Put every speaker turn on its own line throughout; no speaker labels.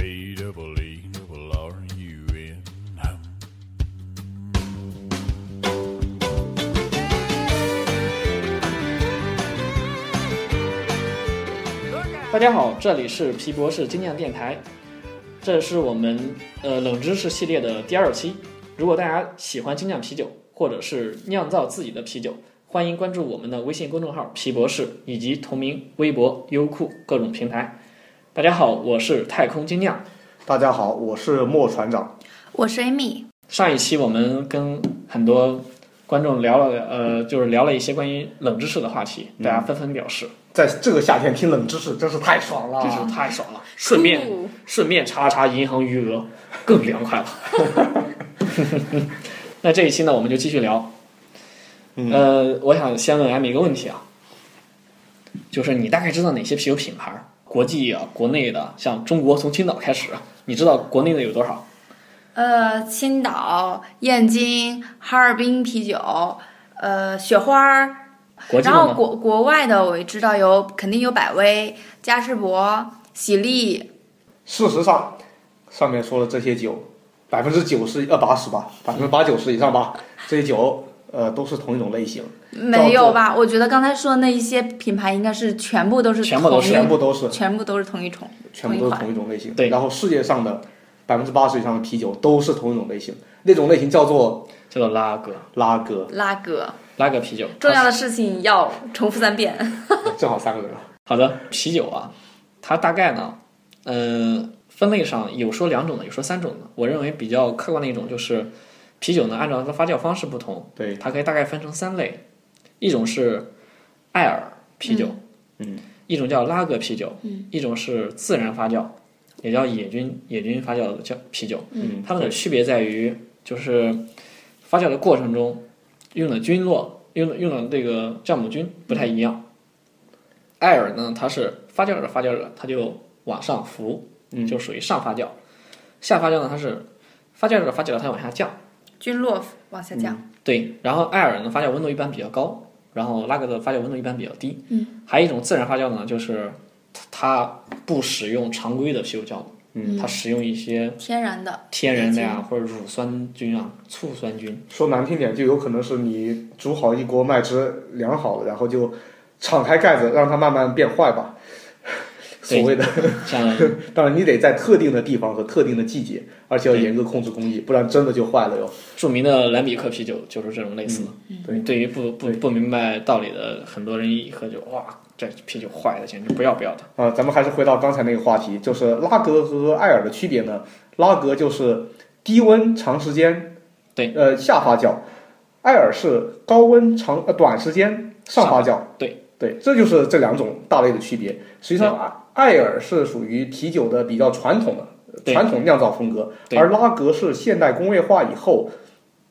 double E, double R U N.
大家好，这里是皮博士精酿电台，这是我们呃冷知识系列的第二期。如果大家喜欢精酿啤酒，或者是酿造自己的啤酒，欢迎关注我们的微信公众号“皮博士”以及同名微博、优酷各种平台。大家好，我是太空精酿。
大家好，我是莫船长。
我是 Amy，
上一期我们跟很多观众聊了，呃，就是聊了一些关于冷知识的话题，大家纷纷表示，
在这个夏天听冷知识真是太爽了
真
啊！
是太爽了，顺便
酷
顺便查查银行余额，更凉快了。 那这一期呢，我们就继续聊。呃，我想先问艾米一个问题啊，就是你大概知道哪些啤酒品牌儿？国际啊，国内的，像中国从青岛开始，啊你知道国内的有多少？
呃，青岛、燕京、哈尔滨啤酒，呃，雪花儿，
国际的
然后
吗？
国国外的我知道有，肯定有百威、嘉士伯、喜力，
事实上，上面说的这些酒，百分之九十呃八十吧，百分之八九十以上吧，这些酒呃都是同一种类型，
没有吧？我觉得刚才说的那一些品牌应该是全部都是
全部都
同一
是
全部都是
全部都是同一种，
全部都是
同
同
一款。
一种类型。
对
然后世界上的百分之八十以上的啤酒都是同一种类型，那种类型叫做
叫做拉格，
拉格，
拉格，
拉格啤酒。
重要的事情要重复三遍。
正好三个人了。
好的，啤酒啊，它大概呢，呃，分类上有说两种的，有说三种的。我认为比较客观的一种就是，啤酒呢按照它的发酵方式不同，
对，
它可以大概分成三类，一种是艾尔啤酒，
嗯，
一种叫拉格啤酒，嗯，一种是自然发酵，也叫野菌野菌发酵的叫啤酒，
嗯，
它们的区别在于就是发酵的过程中用的菌落用的用的这个酵母菌不太一样。
嗯
艾尔呢，它是发酵着发酵着，它就往上浮，
嗯
就属于上发酵；下发酵呢，它是发酵着发酵着，它往下降。
君洛往下降，
对，然后艾尔呢发酵温度一般比较高，然后拉格的发酵温度一般比较低。嗯，还有一种自然发酵呢，就是它不使用常规的啤酒酵母，
嗯
它使用一些
天然的
天然的呀，或者乳酸菌啊、醋酸菌。
说难听点，就有可能是你煮好一锅麦汁凉好了，然后就敞开盖子让它慢慢变坏吧。所
对
谓的，
像
当然你得在特定的地方和特定的季节，而且要严格控制工艺，不然真的就坏了哟。
著名的兰比克啤酒就是这种类似的。
嗯对
对于不不不明白道理的很多人一喝就哇，这啤酒坏的简直不要不要的。
啊、咱们还是回到刚才那个话题，就是拉格和艾尔的区别呢？拉格就是低温长时间，
对，
呃下发酵；艾尔是高温长呃短时间上发酵。
对
对，这就是这两种大类的区别。实际上，艾艾尔是属于啤酒的比较传统的
对
传统酿造风格，
对
而拉格是现代工业化以后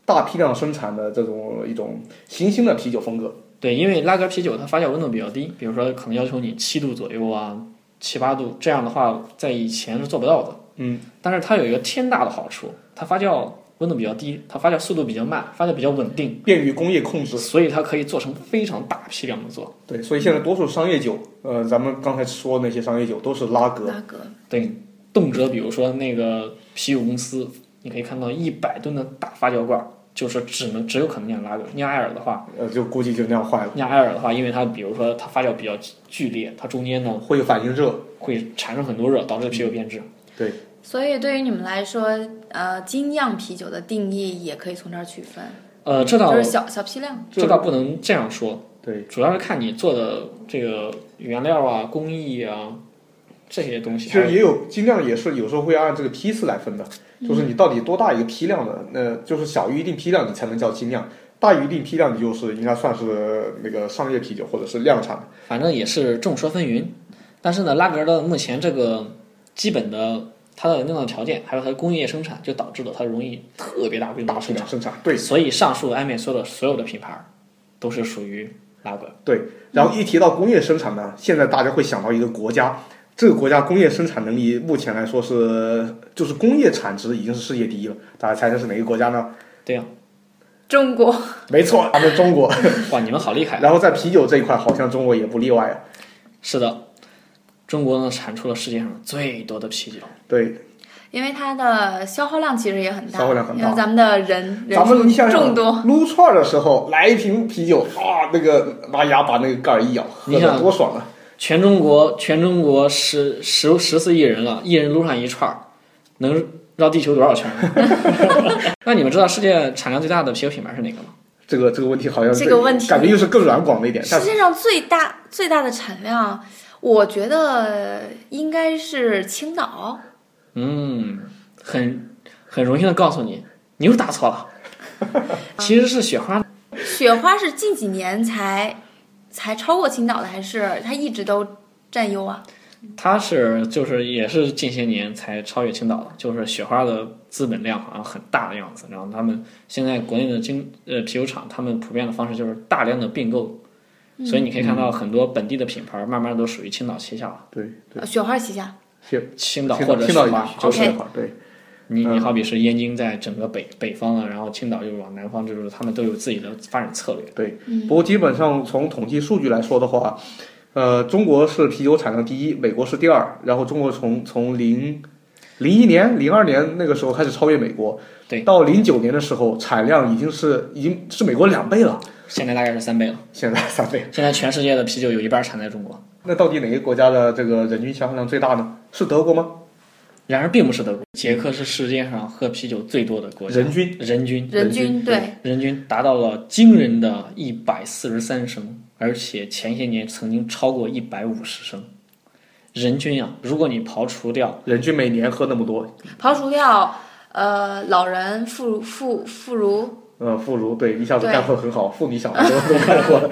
大批量生产的这种一种新兴的啤酒风格。
对，因为拉格啤酒它发酵温度比较低，比如说可能要求你七度左右啊，七八度，这样的话在以前是做不到的。
嗯，
但是它有一个天大的好处，它发酵温度比较低，它发酵速度比较慢，发酵比较稳定，
便于工业控制。
所以它可以做成非常大批量的做。
对，所以现在多数商业酒，呃，咱们刚才说的那些商业酒都是拉格，
拉格，
对，动辄比如说那个啤酒公司，你可以看到一百吨的大发酵罐，就是只能只有可能酿拉格，酿艾尔的话，
呃，就估计就那样坏了，
酿艾尔的话，因为它比如说它发酵比较剧烈，它中间呢
会有反应热。
会产生很多热，导致啤酒变质。
对，
所以对于你们来说，呃，精酿啤酒的定义也可以从这儿区分，
呃，这倒
就是小小批量。
这倒不能这样说，
对，
主要是看你做的这个原料啊、工艺啊这些东西。
其实也有精酿也是有时候会按这个批次来分的，就是你到底多大一个批量的，那就是小于一定批量你才能叫精酿，大于一定批量你就是应该算是那个商业啤酒或者是量产。
反正也是众说纷纭。但是呢，拉格的目前这个基本的它的酿造条件，还有它的工业生产，就导致了它容易特别大规模
大
的
批
生产。
量生产，对
所以上述艾美说的所有的品牌儿都是属于拉格。
对。然后一提到工业生产呢，现在大家会想到一个国家，这个国家工业生产能力目前来说是就是工业产值已经是世界第一了，大家猜猜是哪个国家呢？
对啊呀、
中国
没错，咱们中国。
哇，你们好厉
哎
害！啊
然后在啤酒这一块，好像中国也不例外啊。
是的，中国呢产出了世界上最多的啤酒。
对，
因为它的消耗量其实也很大，
消耗量很大
因为咱们的人人
咱们你想
数
想
众多，
撸串儿的时候来一瓶啤酒啊，那个拿牙把那个盖儿一咬，喝
你想
的多爽啊！
全中国全中国十十十四亿人啊了，一人撸上一串儿，能绕地球多少圈儿？那你们知道世界产量最大的啤酒品牌是哪个吗？
这个这个问题好像
这个问题
感觉又是更软广了一点，但
世
是
界上最大最大的产量，我觉得应该是青岛。
嗯，很很荣幸的告诉你，你又答错了，其实是雪花。
雪花是近几年才才超过青岛的，还是它一直都占优啊？
它是就是也是近些年才超越青岛的，就是雪花的资本量好像很大的样子。然后他们现在国内的精呃啤酒厂，他们普遍的方式就是大量的并购，所以你可以看到很多本地的品牌慢慢都属于青岛旗下了。
对对，
呃雪花旗下
青岛嗯
听
或
到
者雪
听到一
花，
就
就是是
那块儿对，
你你好比是燕京在整个北北方啊了，然后青岛又往南方，就是他们都有自己的发展策略。
嗯
不过基本上从统计数据来说的话，呃，中国是啤酒产量第一，美国是第二，然后中国从从零零一年、零二年那个时候开始超越美国，
对
到零九年的时候产量已经是已经是美国两倍了，
现在大概是三倍了，
现在三倍。
现在全世界的啤酒有一半产在中国，
那到底哪个国家的这个人均消耗量最大呢？是德国吗？
然而并不是德国，捷克是世界上喝啤酒最多的国家，
人均
人均
人
人
均
均
对，
人均达到了惊人的一百四十三升，而且前些年曾经超过一百五十升。人均啊，如果你刨除掉
人均每年喝那么多，
刨除掉呃老人、妇妇妇孺，
呃，妇孺对一下子
对
干货很好，妇女小孩都都干货了，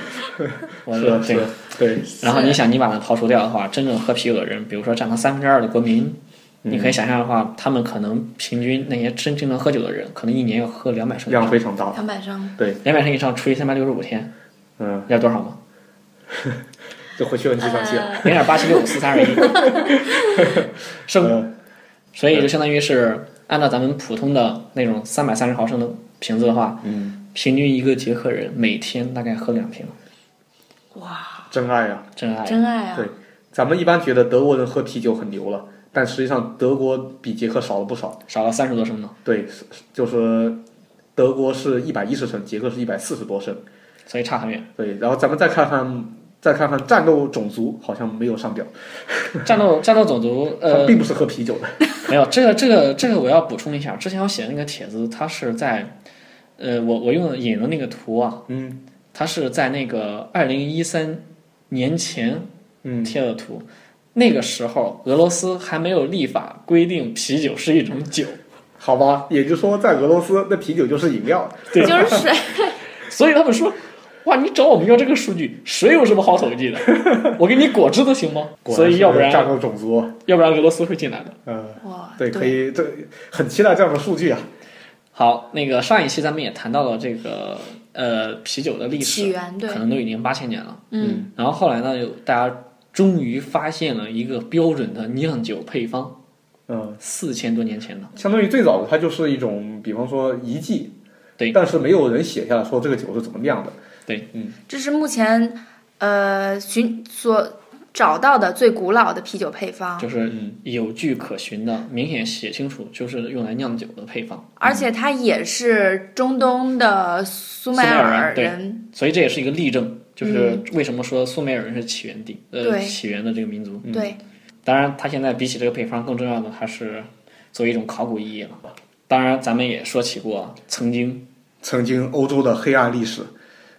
我
是啊
这
是
个
啊，对，
然后你想，你把它刨除掉的话，真正喝啤酒的人，比如说占它三分之二的国民，
嗯
你可以想象的话，他们可能平均那些真正能喝酒的人，可能一年要喝两百升以
量
上，
非常大，
两百升，
两百升以上除以三百六十五天，
嗯，
要多少 吗？
这回去问计算器了，
呃，
零点八七六五四 三二一，是不是？
嗯，
所以就相当于是按照咱们普通的那种三百三十毫升的瓶子的话，嗯，平均一个捷克人每天大概喝两瓶，
哇，
真爱啊！
真爱。
真爱啊！
对咱们一般觉得德国人喝啤酒很牛了，但实际上德国比捷克少了不少。
少了三十多升呢，
对，是是就是德国是一百一十升，捷克是一百四十多升。
所以差很远。
对，然后咱们再看看，再看看战斗种族，好像没有上表，
战 斗战斗种族，呃
它，并不是喝啤酒的。
没有，这个这个这个我要补充一下，之前我写的那个帖子，它是在，呃，我我用的引的那个图啊，
嗯
它是在那个二零一三年前
嗯，
贴的图，那个时候俄罗斯还没有立法规定啤酒是一种酒，
好吧，也就是说，在俄罗斯，那啤酒就是饮料。
对
就是水，
所以他们说，哇，你找我们要这个数据，水有什么好统计的？ 我给你果汁都行吗？
果
所以
是
要不然
战斗种族，
要不然俄罗斯会进来的。
嗯，
哇，
对，可以，这很期待这样的数据啊。
好，那个上一期咱们也谈到了这个呃啤酒的历
起
史，
源对
可，能都已经八千年了。
嗯，
然后后来呢，有大家终于发现了一个标准的酿酒配方，
嗯，
四千多年前的。
相当于最早的它就是一种，比方说遗迹，
对
但是没有人写下来说这个酒是怎么酿的。
这是目前呃寻所找到的最古老的啤酒配方，
就是
嗯
有据可循的，明显写清楚，就是用来酿酒的配方，
而且它也是中东的苏美尔
苏美尔
人，
所以这也是一个例证，就是为什么说苏美尔人是起源地，呃，
嗯对
起源的这个民族。
对，
当然，它现在比起这个配方，更重要的还是作为一种考古意义了。当然，咱们也说起过，曾经
曾经欧洲的黑暗历史，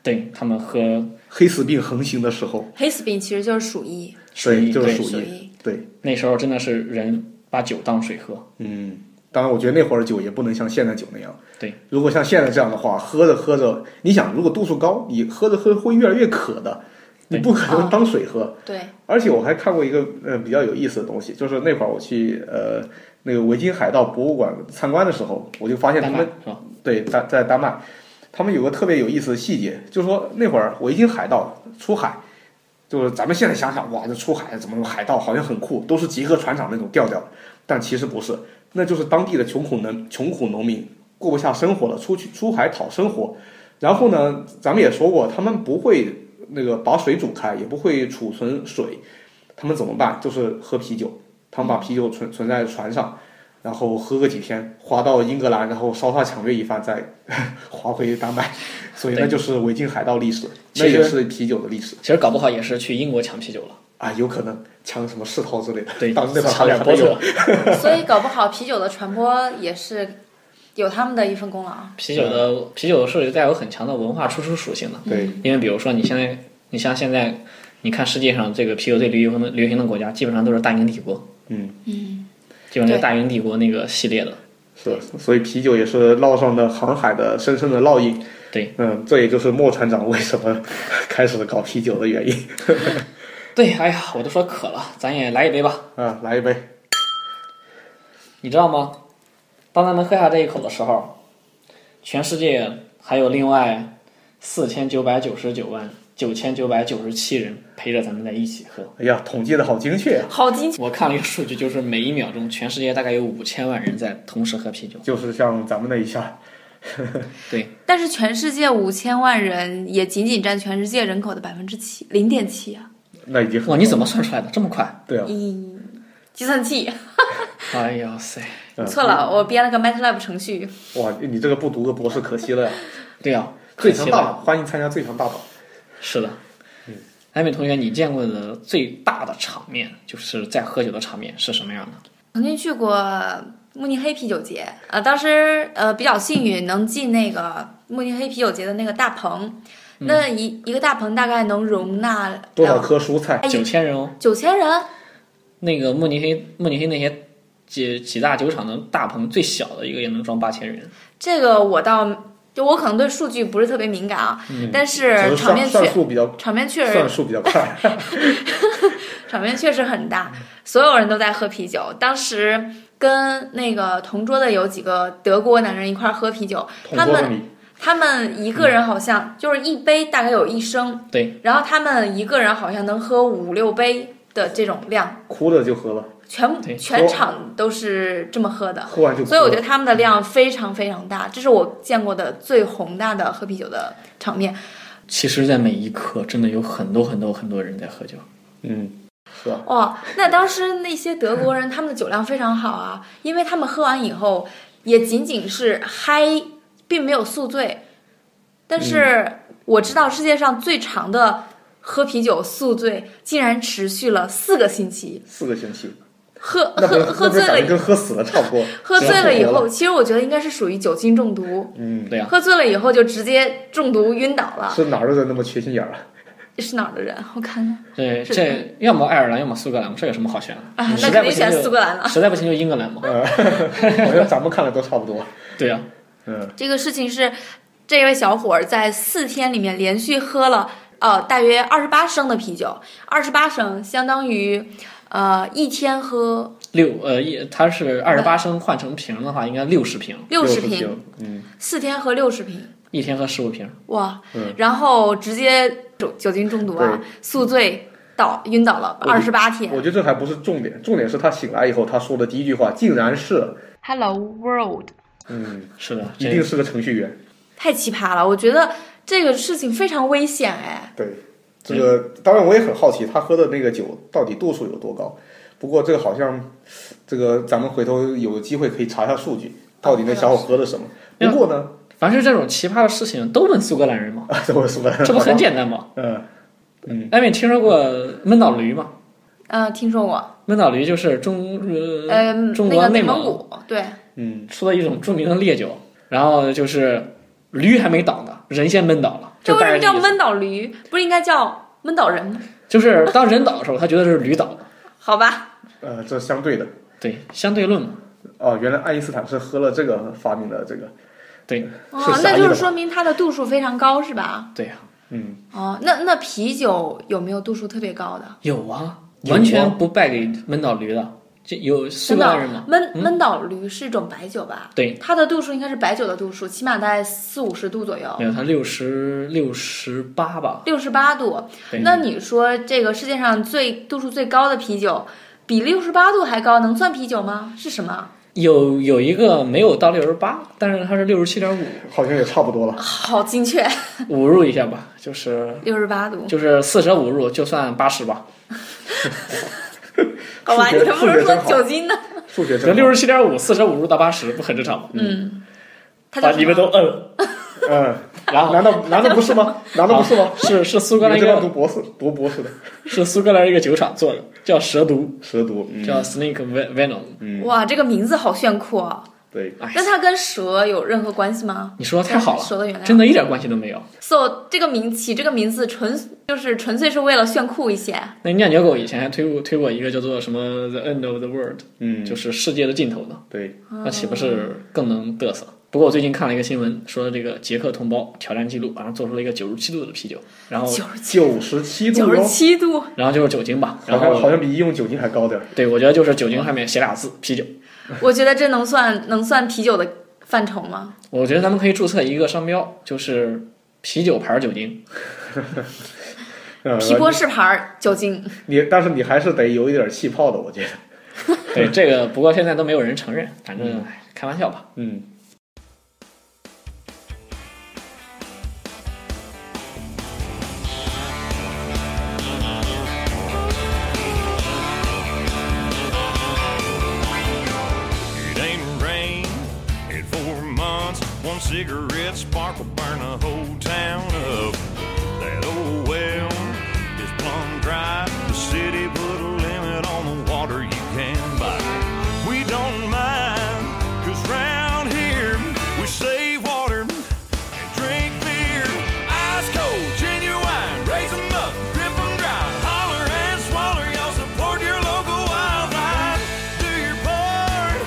对他们喝
黑死病横行的时候，
黑死病其实就是鼠疫，
鼠
对，
疫，
就是鼠
鼠
疫，
疫，
对，
那时候真的是人把酒当水喝，
嗯。当然，我觉得那会儿酒也不能像现在酒那样。
对，
如果像现在这样的话，喝着喝着，你想，如果度数高，你喝着喝着会越来越渴的，你不可能当水喝。
对，
而且我还看过一个呃比较有意思的东西，就是那会儿我去呃那个维京海盗博物馆参观的时候，我就发现他
丹麦
们
是吧？
对，丹在丹麦，他们有个特别有意思的细节，就是说那会儿维京海盗出海，就是咱们现在想想，哇，这出海怎么海盗好像很酷，都是集合船长那种调调，但其实不是，那就是当地的穷苦农穷苦农民过不下生活了，出去出海讨生活。然后呢，咱们也说过，他们不会那个把水煮开，也不会储存水，他们怎么办？就是喝啤酒。他们把啤酒存存在船上，然后喝个几天，划到英格兰，然后烧杀抢掠一番，再 划回丹麦，所以那就是维京海盗历史，那
其实
也是啤酒的历史
其实搞不好也是去英国抢啤酒了，
啊，有可能抢什么世涛之类的，
对，
当那
抢点
还
波
没有
特。
所以搞不好啤酒的传播也是有他们的一份功劳。
啤酒的啤酒是带有很强的文化输出属性的，
对，
因为比如说你现在，你像现在，你看世界上这个啤酒最流行的流行的国家，基本上都是大英帝国，
嗯
嗯，
基本上是大英帝国那个系列的。
是，所以啤酒也是烙上了航海的深深的烙印。
对，
嗯，这也就是莫船长为什么 开始搞啤酒的原因
对，哎呀，我都说渴了，咱也来一杯吧。
啊！来一杯，
你知道吗？当咱们喝下这一口的时候，全世界还有另外四千九百九十九万九千九百九十七人陪着咱们在一起喝。
哎呀，统计的好精确啊！
好精
我看了一个数据，就是每一秒钟，全世界大概有五千万人在同时喝啤酒。
就是像咱们那一下，
但是全世界五千万人也仅仅占全世界人口的百分之七零点七啊！
那已经很
哇，你怎
么
么算出来的？这么快？
对啊？
咦，计算器
哎呦塞！
嗯
错了，我编了个 MATLAB 程序。
哇，你这个不读个博士可惜 了呀！
对啊，
最
可惜了嗯
强大脑，欢迎参加最强大脑。
是的，艾米同学，你见过的最大的场面，就是在喝酒的场面是什么样的？
曾经去过慕尼黑啤酒节，呃，当时呃比较幸运能进那个慕尼黑啤酒节的那个大棚，那一、一个大棚大概能容纳
嗯多少棵蔬菜？
哎
九千人哦，
九千人？
那个慕尼黑，慕尼黑那些几几大酒厂的大棚，最小的一个也能装八千人。
这个我倒就我可能对数据不是特别敏感啊，
嗯
但
嗯只
是
是
场面
算
确
算数比较
场面确实
算数比较快。
场面确实很大，所有人都在喝啤酒。当时跟那个同桌的有几个德国男人一块儿喝啤酒，
同
他
桌
们
的你，
他们一个人好像就是一杯大概有一升，
对，
然后他们一个人好像能喝五六杯的这种量，
哭了就喝了，
对
全全场都是这么喝的。
喝完就哭了。
所以我觉得他们的量非常非常大，这是我见过的最宏大的喝啤酒的场面。
其实，在每一刻，真的有很多很多很多人在喝酒。
嗯，是啊，
哦，那当时那些德国人他们的酒量非常好啊，因为他们喝完以后也仅仅是嗨，并没有宿醉。但
嗯
是我知道世界上最长的喝啤酒宿醉竟然持续了四个星期，
四个星期，
喝
那不是
喝喝
那不
醉
是感觉
了，
跟喝死了差不多。
喝醉了以
活
后，其实我觉得应该是属于酒精中毒。
嗯，
对啊，
喝醉了以后就直接中毒晕倒了，
是哪儿的人那么缺心眼儿 啊？
是哪儿的人？我看看
这
是
这要么爱尔兰，要么苏格兰，这有什么好选的？
啊，
实在
那肯
不
定
行
选
就
苏格兰了。
实在不行就英格兰 嘛。
好像咱们看的都差不多。
对啊，
嗯，
这个事情是这位小伙儿在四天里面连续喝了呃大约二十八升的啤酒，二十八升相当于呃一天喝
六呃一，它是二十八升换成瓶的话，应该六十瓶，
六
十
十瓶，，
嗯，
四天喝六十瓶，
一天喝十五瓶。
哇！
嗯
然后直接酒酒精中毒啊，宿醉倒晕倒了
我
二十八天
我。觉得这还不是重点，重点是他醒来以后他说的第一句话竟然是，
Hello world，
嗯，
是的，
一
这
定是个程序员。
太奇葩了！我觉得这个事情非常危险哎。
对，这个当然我也很好奇他喝的那个酒到底度数有多高。不过这个好像，这个咱们回头有机会可以查一下数据，到底那小伙喝的什么。
哦
不过呢，
凡是这种奇葩的事情都问苏格兰人嘛，
啊，这我说
这不很简单吗？
嗯，
艾米听说过闷倒驴吗？
嗯、听说过，
闷倒驴就是中呃
呃，
中
那
国
个
内
内
蒙
蒙古，对，
嗯，
出了一种著名的烈酒，然后就是驴还没倒呢，人先闷倒了，
这
就
为
大
什
概
么
这
叫
个意思
闷倒驴？不是应该叫闷倒人吗？
就是当人倒的时候，他觉得是驴倒了，
好吧，
呃，这相对的。
对，相对论嘛。
哦，原来爱因斯坦是喝了这个发明的这个，
对
哦
是，狭义的
那就是
吧
说明它的度数非常高，是吧？
对啊呀、
嗯，
哦，那那啤酒有没有度数特别高的？
有啊，
有啊
完全不败给闷倒驴的，这有苏
真
格
的
兰人嘛？
闷
嗯
闷倒驴是一种白酒吧？
对，
它的度数应该是白酒的度数，起码在四五十度左右
没，有，他六十六十八吧，
六十八度。
对
那你说这个世界上最度数最高的啤酒，比六十八度还高，能算啤酒吗？是什么？
有有一个没有到六十八，但是他是六十七点五，
嗯好像也差不多了。
好精确，
五入一下吧，就是
六十八度。
就是四舍五入就算八十吧。
好吧，
数
你
学
不
数
是
学
说
真好
酒精呢？
数学
可
真
六
好
十七点五、四舍五入到八十，不很正常吗？
嗯，他叫
把
什
你们都
么
嗯，
嗯，
然后
难道难道不是吗？难道不是吗？
是是苏
你
格
们
兰一
这边读
个
博士，读博士的
是苏格兰一个酒厂做的，叫蛇毒，
蛇毒，嗯
叫 Snake Ven- Venom。
哇，这个名字好炫酷啊！
对，
哎
那它跟蛇有任何关系吗？
你说的太好了，
蛇的原料
真的一点关系都没有。
，so 这个名起这个名字纯就是纯粹是为了炫酷一些。
那酿酒狗以前还推过推过一个叫做什么 The End of the World，
嗯，
就是世界的尽头呢，
对，
那岂不是更能嘚瑟？不过我最近看了一个新闻，说这个捷克同胞挑战记录，好像做出了一个九十七度的啤酒，然后
九十七
九十七度
九十
哟，
七度，
然后就是酒精吧，
好
然
像好
后
像比医用酒精还高点儿。
对我觉得就是酒精上面写俩字啤酒，
我觉得这能算能算啤酒的范畴吗？
我觉得咱们可以注册一个商标，就是啤酒牌酒精，
嗯，
呃
皮博士牌儿酒精，
你但是你还是得有一点气泡的，我觉得。
对这个不过现在都没有人承认，反正哎开玩笑吧。
嗯，
It ain't rained in four months. One cigarette spark will burn the whole town up. That old well is plumb dry. The city put a limit on the water you can buy. We don't mind, cause round here we save water and drink beer. Ice cold, genuine, raise 'em up, rip 'em dry, holler and swaller. Y'all support your local wildlife. Do your part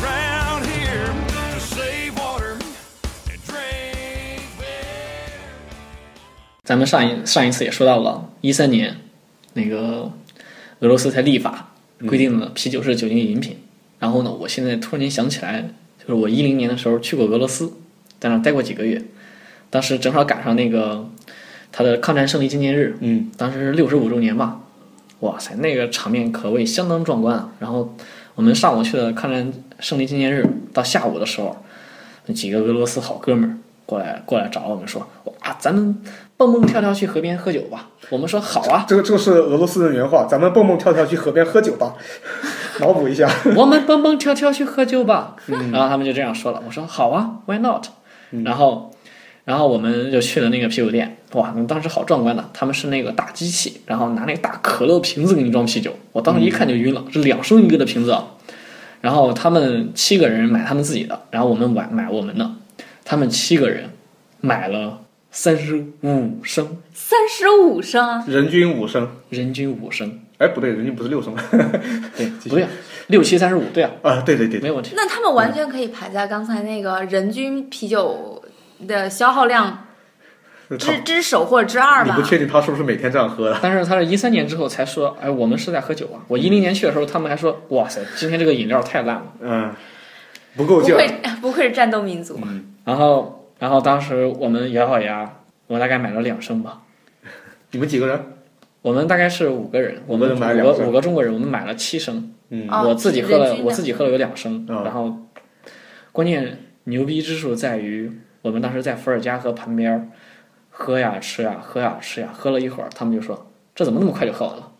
around here to save water and drink beer.
咱们上一上一次也说到了，一三年那个俄罗斯才立法规定了啤酒是酒精饮品。然后呢，我现在突然间想起来，就是我一零年的时候去过俄罗斯，在那儿待过几个月，当时正好赶上那个他的抗战胜利纪念日，
嗯，
当时是六十五周年吧，哇塞，那个场面可谓相当壮观啊！然后我们上午去的抗战胜利纪念日，到下午的时候，那几个俄罗斯好哥们儿过来过来找我们说，哇，咱们蹦蹦跳跳去河边喝酒吧。我们说好啊，
这个这个是俄罗斯人原话，咱们蹦蹦跳跳去河边喝酒 吧，脑补一下。
我们蹦蹦跳跳去喝酒吧。然后他们就这样说了，我说好啊，Why not？然后，然后我们就去了那个啤酒店，哇，那当时好壮观的，他们是那个大机器，然后拿那个大可乐瓶子给你装啤酒，我当时一看就晕了，是两升一个的瓶子啊。然后他们七个人买他们自己的，然后我们买买我们的，他们七个人买了三十五升，
三十五升，
人均五升，
人均五升，
哎，不对，人均不是六升吗？
对，不对啊，六七三十五，对啊，
啊，对对对
没
对，
有问题。
那他们完全可以排在刚才那个人均啤酒的消耗量之
他
之首或者之二
你
吧
不？确定他是不是每天这样喝的？
但是他是一三年之后才说，哎，我们是在喝酒啊。我一零年去的时候，他们还说，哇塞，今天这个饮料太烂了。
嗯，不
不
够劲儿。
愧不愧是战斗民族，
然后，然后当时我们咬咬牙，我大概买了两升吧。
你们几个人？
我们大概是五个人，我
五个
们
人
五
买两
个
升
五个中国人，我们买了七升。
嗯
哦
我自己喝
人
了，
均的
我自己喝了有两升。
嗯
然后，关键牛逼之处在于，我们当时在伏尔加河旁边儿喝呀吃呀喝呀吃呀，喝了一会儿，他们就说这怎么那么快就喝完了？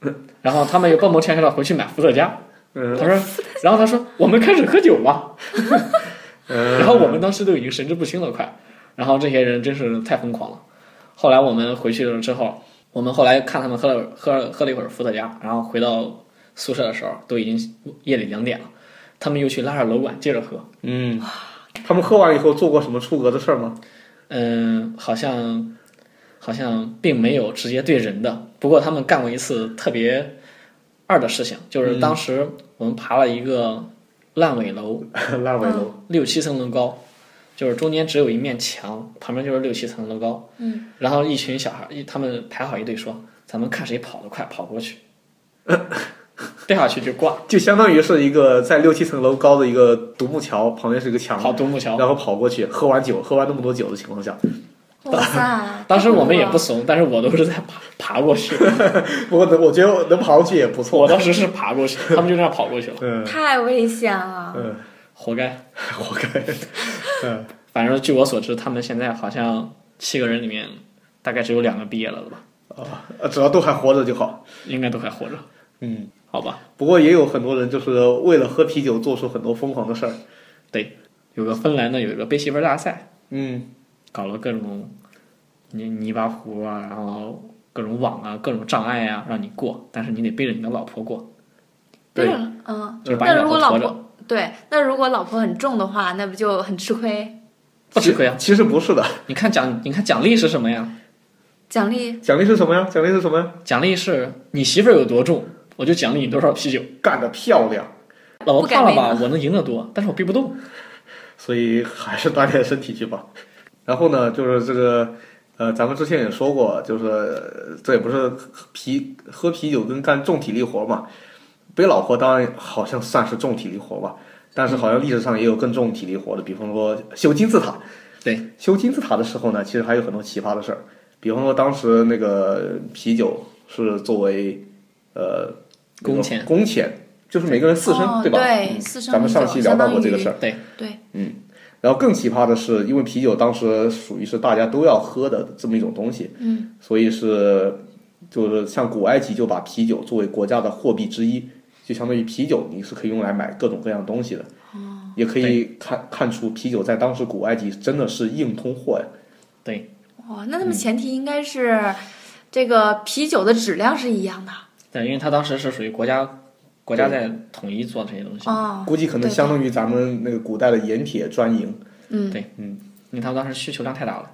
然后他们又蹦蹦跳跳的回去买伏特加。
嗯
他说，然后他说我们开始喝酒吧，
嗯，
然后我们当时都已经神志不清了，快。然后这些人真是太疯狂了。后来我们回去了之后，我们后来看他们喝了喝了喝了一会儿伏特加，然后回到宿舍的时候都已经夜里两点了，他们又去拉着楼管接着喝。
嗯，他们喝完以后做过什么出格的事儿吗？
嗯，好像好像并没有直接对人的，不过他们干过一次特别二的事情，就是当时我们爬了一个 烂尾楼，
烂尾
嗯
楼，
六七层楼高，就是中间只有一面墙，旁边就是六七层楼高。
嗯，
然后一群小孩，一他们排好一队说：“咱们看谁跑得快，跑过去。”掉下去就挂，
就相当于是一个在六七层楼高的一个独木桥，旁边是一个墙，
跑独木桥。
然后跑过去，喝完酒，喝完那么多酒的情况下，
哇塞！
当时我们也不怂，但是我都是在爬爬过去，
不过能我觉得能跑过去也不
我
错。
当时是爬过去，他们就这样跑过去了，
嗯
太危险了，
嗯，
活该。
活该。嗯，
反正据我所知，他们现在好像七个人里面，大概只有两个毕业了吧，
啊呃只要都还活着就好。
应该都还活着。
嗯，
好吧，
不过也有很多人就是为了喝啤酒做出很多疯狂的事儿。
有个芬兰的有一个背媳妇儿大赛，
嗯，
搞了各种泥泥巴湖啊，然后各种网啊，各种障碍啊，让你过，但是你得背着你的老婆过，
对，
嗯，
就是把你
那如
婆
果老
驮着，
婆对，那如果老婆很重的话，那不就很吃亏？
不吃亏啊！
其实不是的，
你看奖，你看奖励是什么呀？
奖励
奖励是什么呀？奖励是什么呀？
奖励是你媳妇儿有多重，我就奖励你多少啤酒。
干得漂亮！
老婆
不改
怕了
变
吧
吗？
我能赢得多，但是我背不动。
所以还是锻炼身体去吧。 然后呢，就是这个，呃，咱们之前也说过，就是呃这也不是啤喝啤酒跟干重体力活嘛。背老婆当然好像算是重体力活吧，但是好像历史上也有更重体力活的，比方说修金字塔。
对，
嗯
修金字塔的时候呢，其实还有很多奇葩的事儿，比方说当时那个啤酒是作为呃
工钱
工钱，就是每个人四升、
哦、
对
对
吧？嗯
四升
咱们
红
上
酒
期聊到过这个
相当于
事儿。
对，
对，
然后更奇葩的是，因为啤酒当时属于是大家都要喝的这么一种东西，
嗯，
所以是就是像古埃及就把啤酒作为国家的货币之一，就相当于啤酒你是可以用来买各种各样东西的，
哦
也可以看看出啤酒在当时古埃及真的是硬通货呀。
哇，哦
嗯
那他们前提应该是这个啤酒的质量是一样的
对，因为他当时是属于国家国家在统一做这些东西，
哦，
估计可能
对
相当于咱们那个古代的盐铁专营。
嗯，
因为他们当时需求量太大了。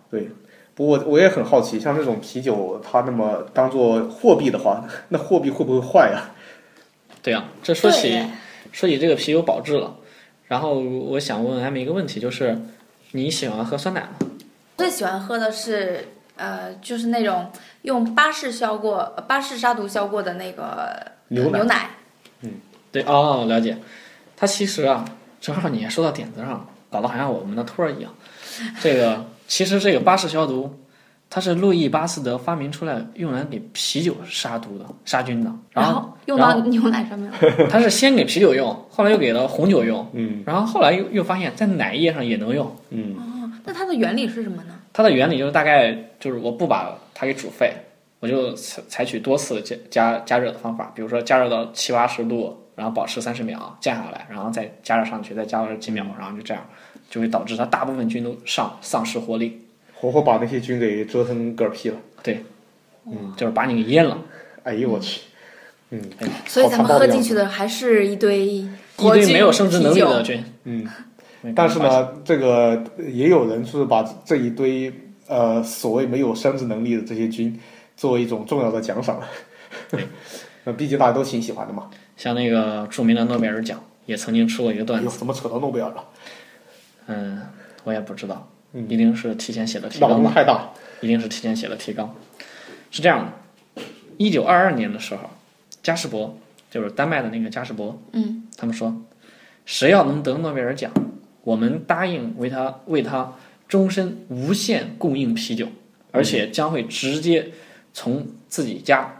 不过我我也很好奇，像这种啤酒，它那么当做货币的话， 那货币会不会坏啊呀、
对啊，这说
对
起
耶
说起这个啤酒保质了，然后我想问 M 一个问题，就是你喜欢喝酸奶吗？
最喜欢喝的是呃，就是那种用巴氏消过、呃巴氏杀毒消过的那个
牛奶
牛奶，
对哦，了解。它其实啊，正好你也说到点子上了，搞得好像我们的托儿一样。这个其实这个巴氏消毒，它是路易巴斯德发明出来用来给啤酒杀毒的杀菌的，然后
后用
然
到
后
牛奶 上面了。
它是先给啤酒用，后来又给了红酒用，
嗯
然后后来又又发现，在奶液上也能用。
嗯，
哦，那它的原理是什么呢？
它的原理就是大概就是我不把它给煮沸，我就采采取多次加加加热的方法，比如说加热到七八十度，然后保持三十秒降下来，然后再加热上去，再加热几秒，然后就这样，就会导致它大部分菌都上丧失活力，
活活把那些菌给折腾嗝屁了。
就是把你给淹了。
哎呦我去，嗯，
所以咱们
好残暴
喝
的样
进
子
去的还是一堆
一
活
堆
菌
没有生殖能力的
啤酒
菌，
嗯，
没办
但
法
是，呢，这个也有人就是把这一堆呃所谓没有生殖能力的这些菌作为一种重要的奖赏。 那毕竟大家都挺喜欢的嘛。
像那个著名的诺贝尔奖也曾经出过一个
哎
段
呦，
子，
怎么扯到诺贝尔了？
嗯，我也不知道，
嗯
一定是提前写的提
脑
纲
洞
吧。
太大。
一定是提前写了提纲。是这样的，一九二二年的时候，嘉士伯就是丹麦的那个嘉士伯，
嗯，
他们说，谁要能得诺贝尔奖，我们答应为他为他终身无限供应啤酒，而且将会直接从自己家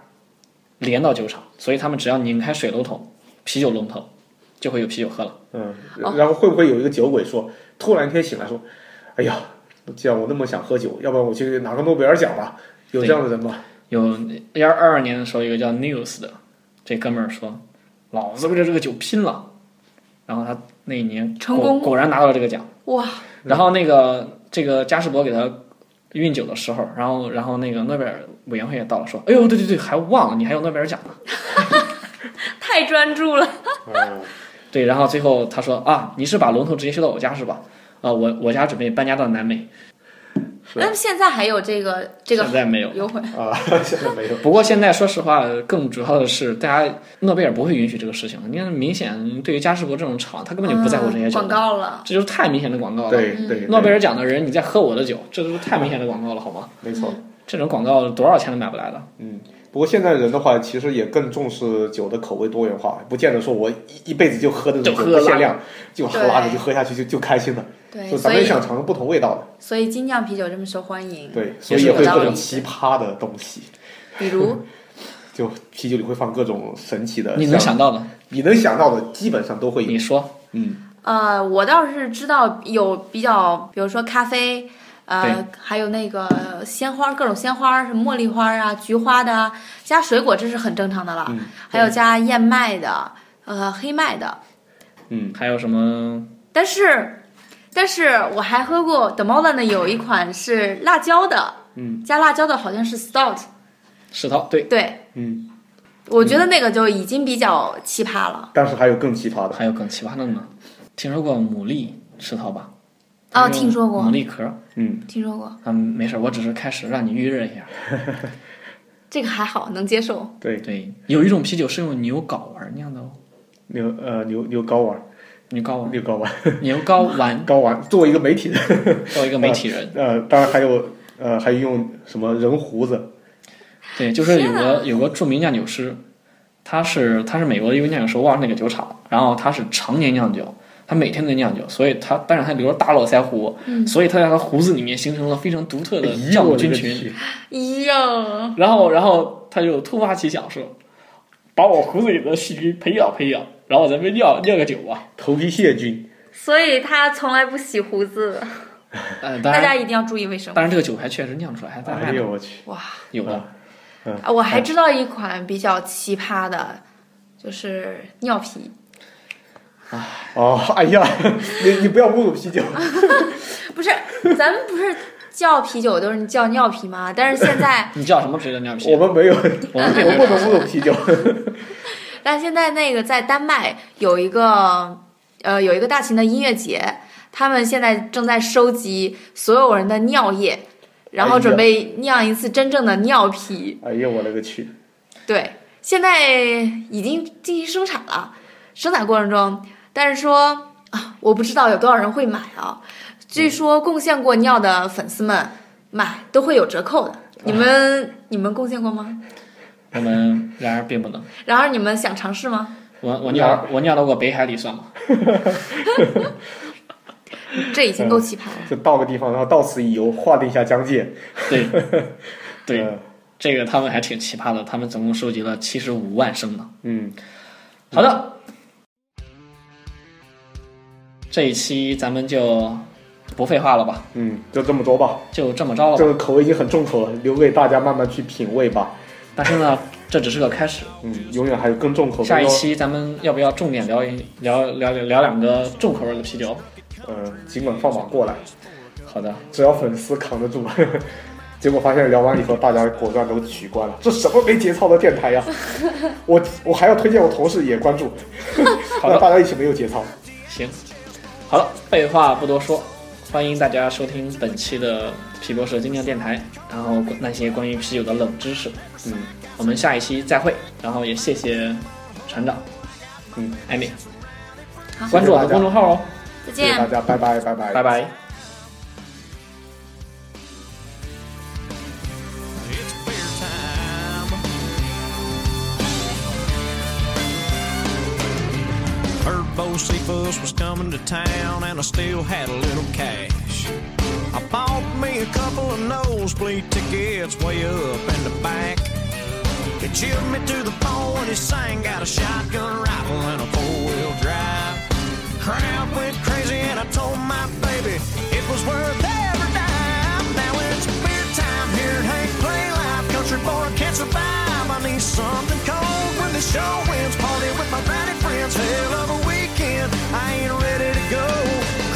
连到酒厂，所以他们只要拧开水龙头、啤酒龙头，就会有啤酒喝了。
嗯，
哦
然后会不会有一个酒鬼说，突然一天醒来说，哎呀，既然我那么想喝酒，要不然我去拿个诺贝尔奖吧？有这样的人吗？
有幺二二年的时候，有个叫 News 的这哥们儿说：“老子为了这个酒拼了。”然后他那一年
成
果
功
果然拿到了这个奖。
哇！
然后那个这个嘉士伯给他运酒的时候，然后然后那个诺贝尔委员会也到了，说：“哎呦，对对对，还忘了你还有诺贝尔奖呢。
太专注了。”嗯
对，然后最后他说：“啊，你是把龙头直接修到我家是吧？啊，我我家准备搬家到南美，
是
那么现在还有这个这个
现在没有。”
优惠
啊， 现在没有。
不过现在说实话，更主要的是，大家诺贝尔不会允许这个事情。你看，明显对于嘉士伯这种厂，他根本就不在乎这些
嗯
酒、
广，告了。
这就是太明显的广告
哦
了。
嗯
对对，
诺贝
尔
尔奖的人，你在喝我的酒，这都是太明显的广告了，好吗？
没错。
这种广告多少钱都买不来的。
不过现在人的话，其实也更重视酒的口味多元化，不见得说我一一辈子就喝那种
就
酒
喝
不限
辣
量，就喝拉着
对
就喝下去就就开心了。
对，
就咱
所
们也
以
想尝尝不同味道的，
所以精酿啤酒这么受欢迎，
对，
也
所以
是
也
有
会
道
各
理
种。奇葩的东西，
比如，
就啤酒里会放各种神奇的，
你能
像
想到的，
你能想到的基本上都会有。
你说
嗯，
呃，我倒是知道有比较，比如说咖啡，呃
对，
还有那个呃鲜花，各种鲜花，什么茉莉花啊、菊花的啊，加水果这是很正常的了，
嗯
还有加燕麦的，呃，黑麦的，
嗯，
还有什么？
但是，但是我还喝过 d e m o l a n 有一款是辣椒的，
嗯，
加辣椒的好像是 Stout，
石头，对，
对，
嗯，
我觉得那个就已经比较奇葩了。
但是还有更奇葩的，
还有更奇葩的呢。听说过牡蛎石头吧？
哦，
就是
听说过
牡，蛎壳。
嗯，
听说过，
嗯，没事，我只是开始让你预热一下。
这个还好，能接受。
对，
对，有一种啤酒是用牛睾丸酿的哦，
牛呃牛牛睾丸，
牛睾丸，
牛睾丸，
牛睾丸
睾丸作为一个媒体人，
作为一个媒体 人，
呃，当然还有呃还用什么人胡子，
对，就是有
天
个有个著名酿酒师，他是他是美国的一位酿酒师，我忘了那个酒厂，然后他是常年酿酒，他每天都在酿酒，所以他但是他留了大络腮胡，
嗯
所以他在他胡子里面形成了非常独特的
咦
呃酵母
哎我的
菌
个
群，
去
咦呀，
然后然后他就突发奇想说，把我胡子里的细菌培养培养，然后咱们酿酿个酒吧。
头皮屑菌，
所以他从来不洗胡子，
呃，当
大
然
家一定要注意卫生。
当然这个酒还确实酿出来还在卖
哎
呢，
呦我嗯去，
哇，
有的。
啊我还知道一款比较奇葩的，就是尿皮，
哦，哎呀， 你你不要侮辱啤酒，
啊
不是，咱们不是叫啤酒都是叫尿皮吗？但是现在。
你叫什么啤酒酿啤？
我们没有，
我
我
们
们不能侮辱啤酒，
但现在那个在丹麦有一个呃有一个大型的音乐节，他们现在正在收集所有人的尿液，然
哎
后
呀
准备酿一次真正的尿皮。
哎呀我勒个去，
对，现在已经进行生产了，生产过程中，但是说啊，我不知道有多少人会买啊。据说贡献过尿的粉丝们买都会有折扣的。你们你们贡献过吗？
我们然而并不能。
然后你们想尝试吗？
我我尿我尿到过北海里算吗？
这已经够奇葩了。
就到个地方，然后到此一游，划定一下疆界，
对对，
呃
这个他们还挺奇葩的，他们总共收集了七十五万升呢。
嗯，
好的，这一期咱们就不废话了吧，
嗯，就这么多吧。
就这么着了
这
吧。
个口味已经很重口了，留给大家慢慢去品味吧。
但是呢，这只是个开始，
嗯，永远还有更重口味、哦。
下一，期咱们要不要重点聊一聊聊聊聊两个重口味的啤酒？
呃，尽管放马过来，
好的，
只要粉丝扛得住。 结果发现聊完以后，大家果断都取关了，这什么没节操的电台 呀！我我还要推荐我同事也关注，
好的，
让大家一起没有节操。
行，好了，废话不多说，欢迎大家收听本期的皮博士精酿电台，然后那些关于啤酒的冷知识，
嗯
我们下一期再会，然后也谢谢船长
嗯，
艾米，
好
关注我的
谢谢大家
公众号哦，
再
谢谢
见。
大家，拜拜拜拜
拜拜。
It's beer time. Heard Bo Cephas was coming to town, and I still had a little cash. I bought me a couple of nosebleed tickets way up in the back. He chilled me to the bone when he sang, got a shotgun rifle and a four-wheel drive. Crowd went crazy and I told my baby it was worth every dime. Now it's beer time here at Hank Play Live. Country boy can't survive. I need something cold when the show ends. Party with my rowdy friends. Hell of a weekend. I ain't ready to go.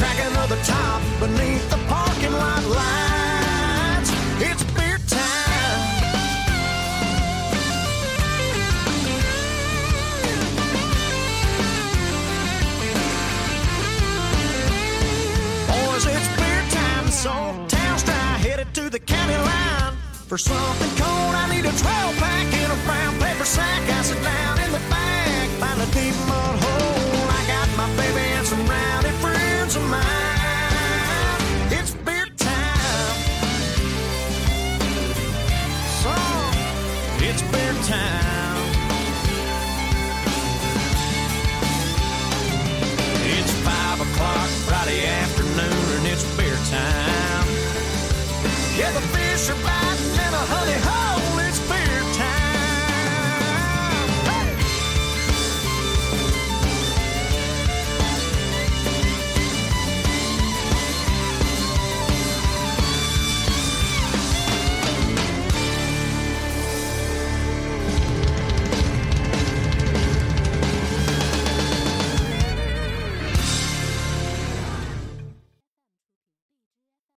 Crack another top beneath the parking lot lights. It's beer time. Boys, it's beer time, so town's dry, headed to the county line. For something cold, I need a 12 pack in a brown paper sack. I sit down in the back, find a deep mud hole. I got my baby and some rowdy friends of mine. It's beer time. So, it's beer time. It's five o'clock Friday afternoon and it's beer time. Yeah, the fish are biting and a honey ho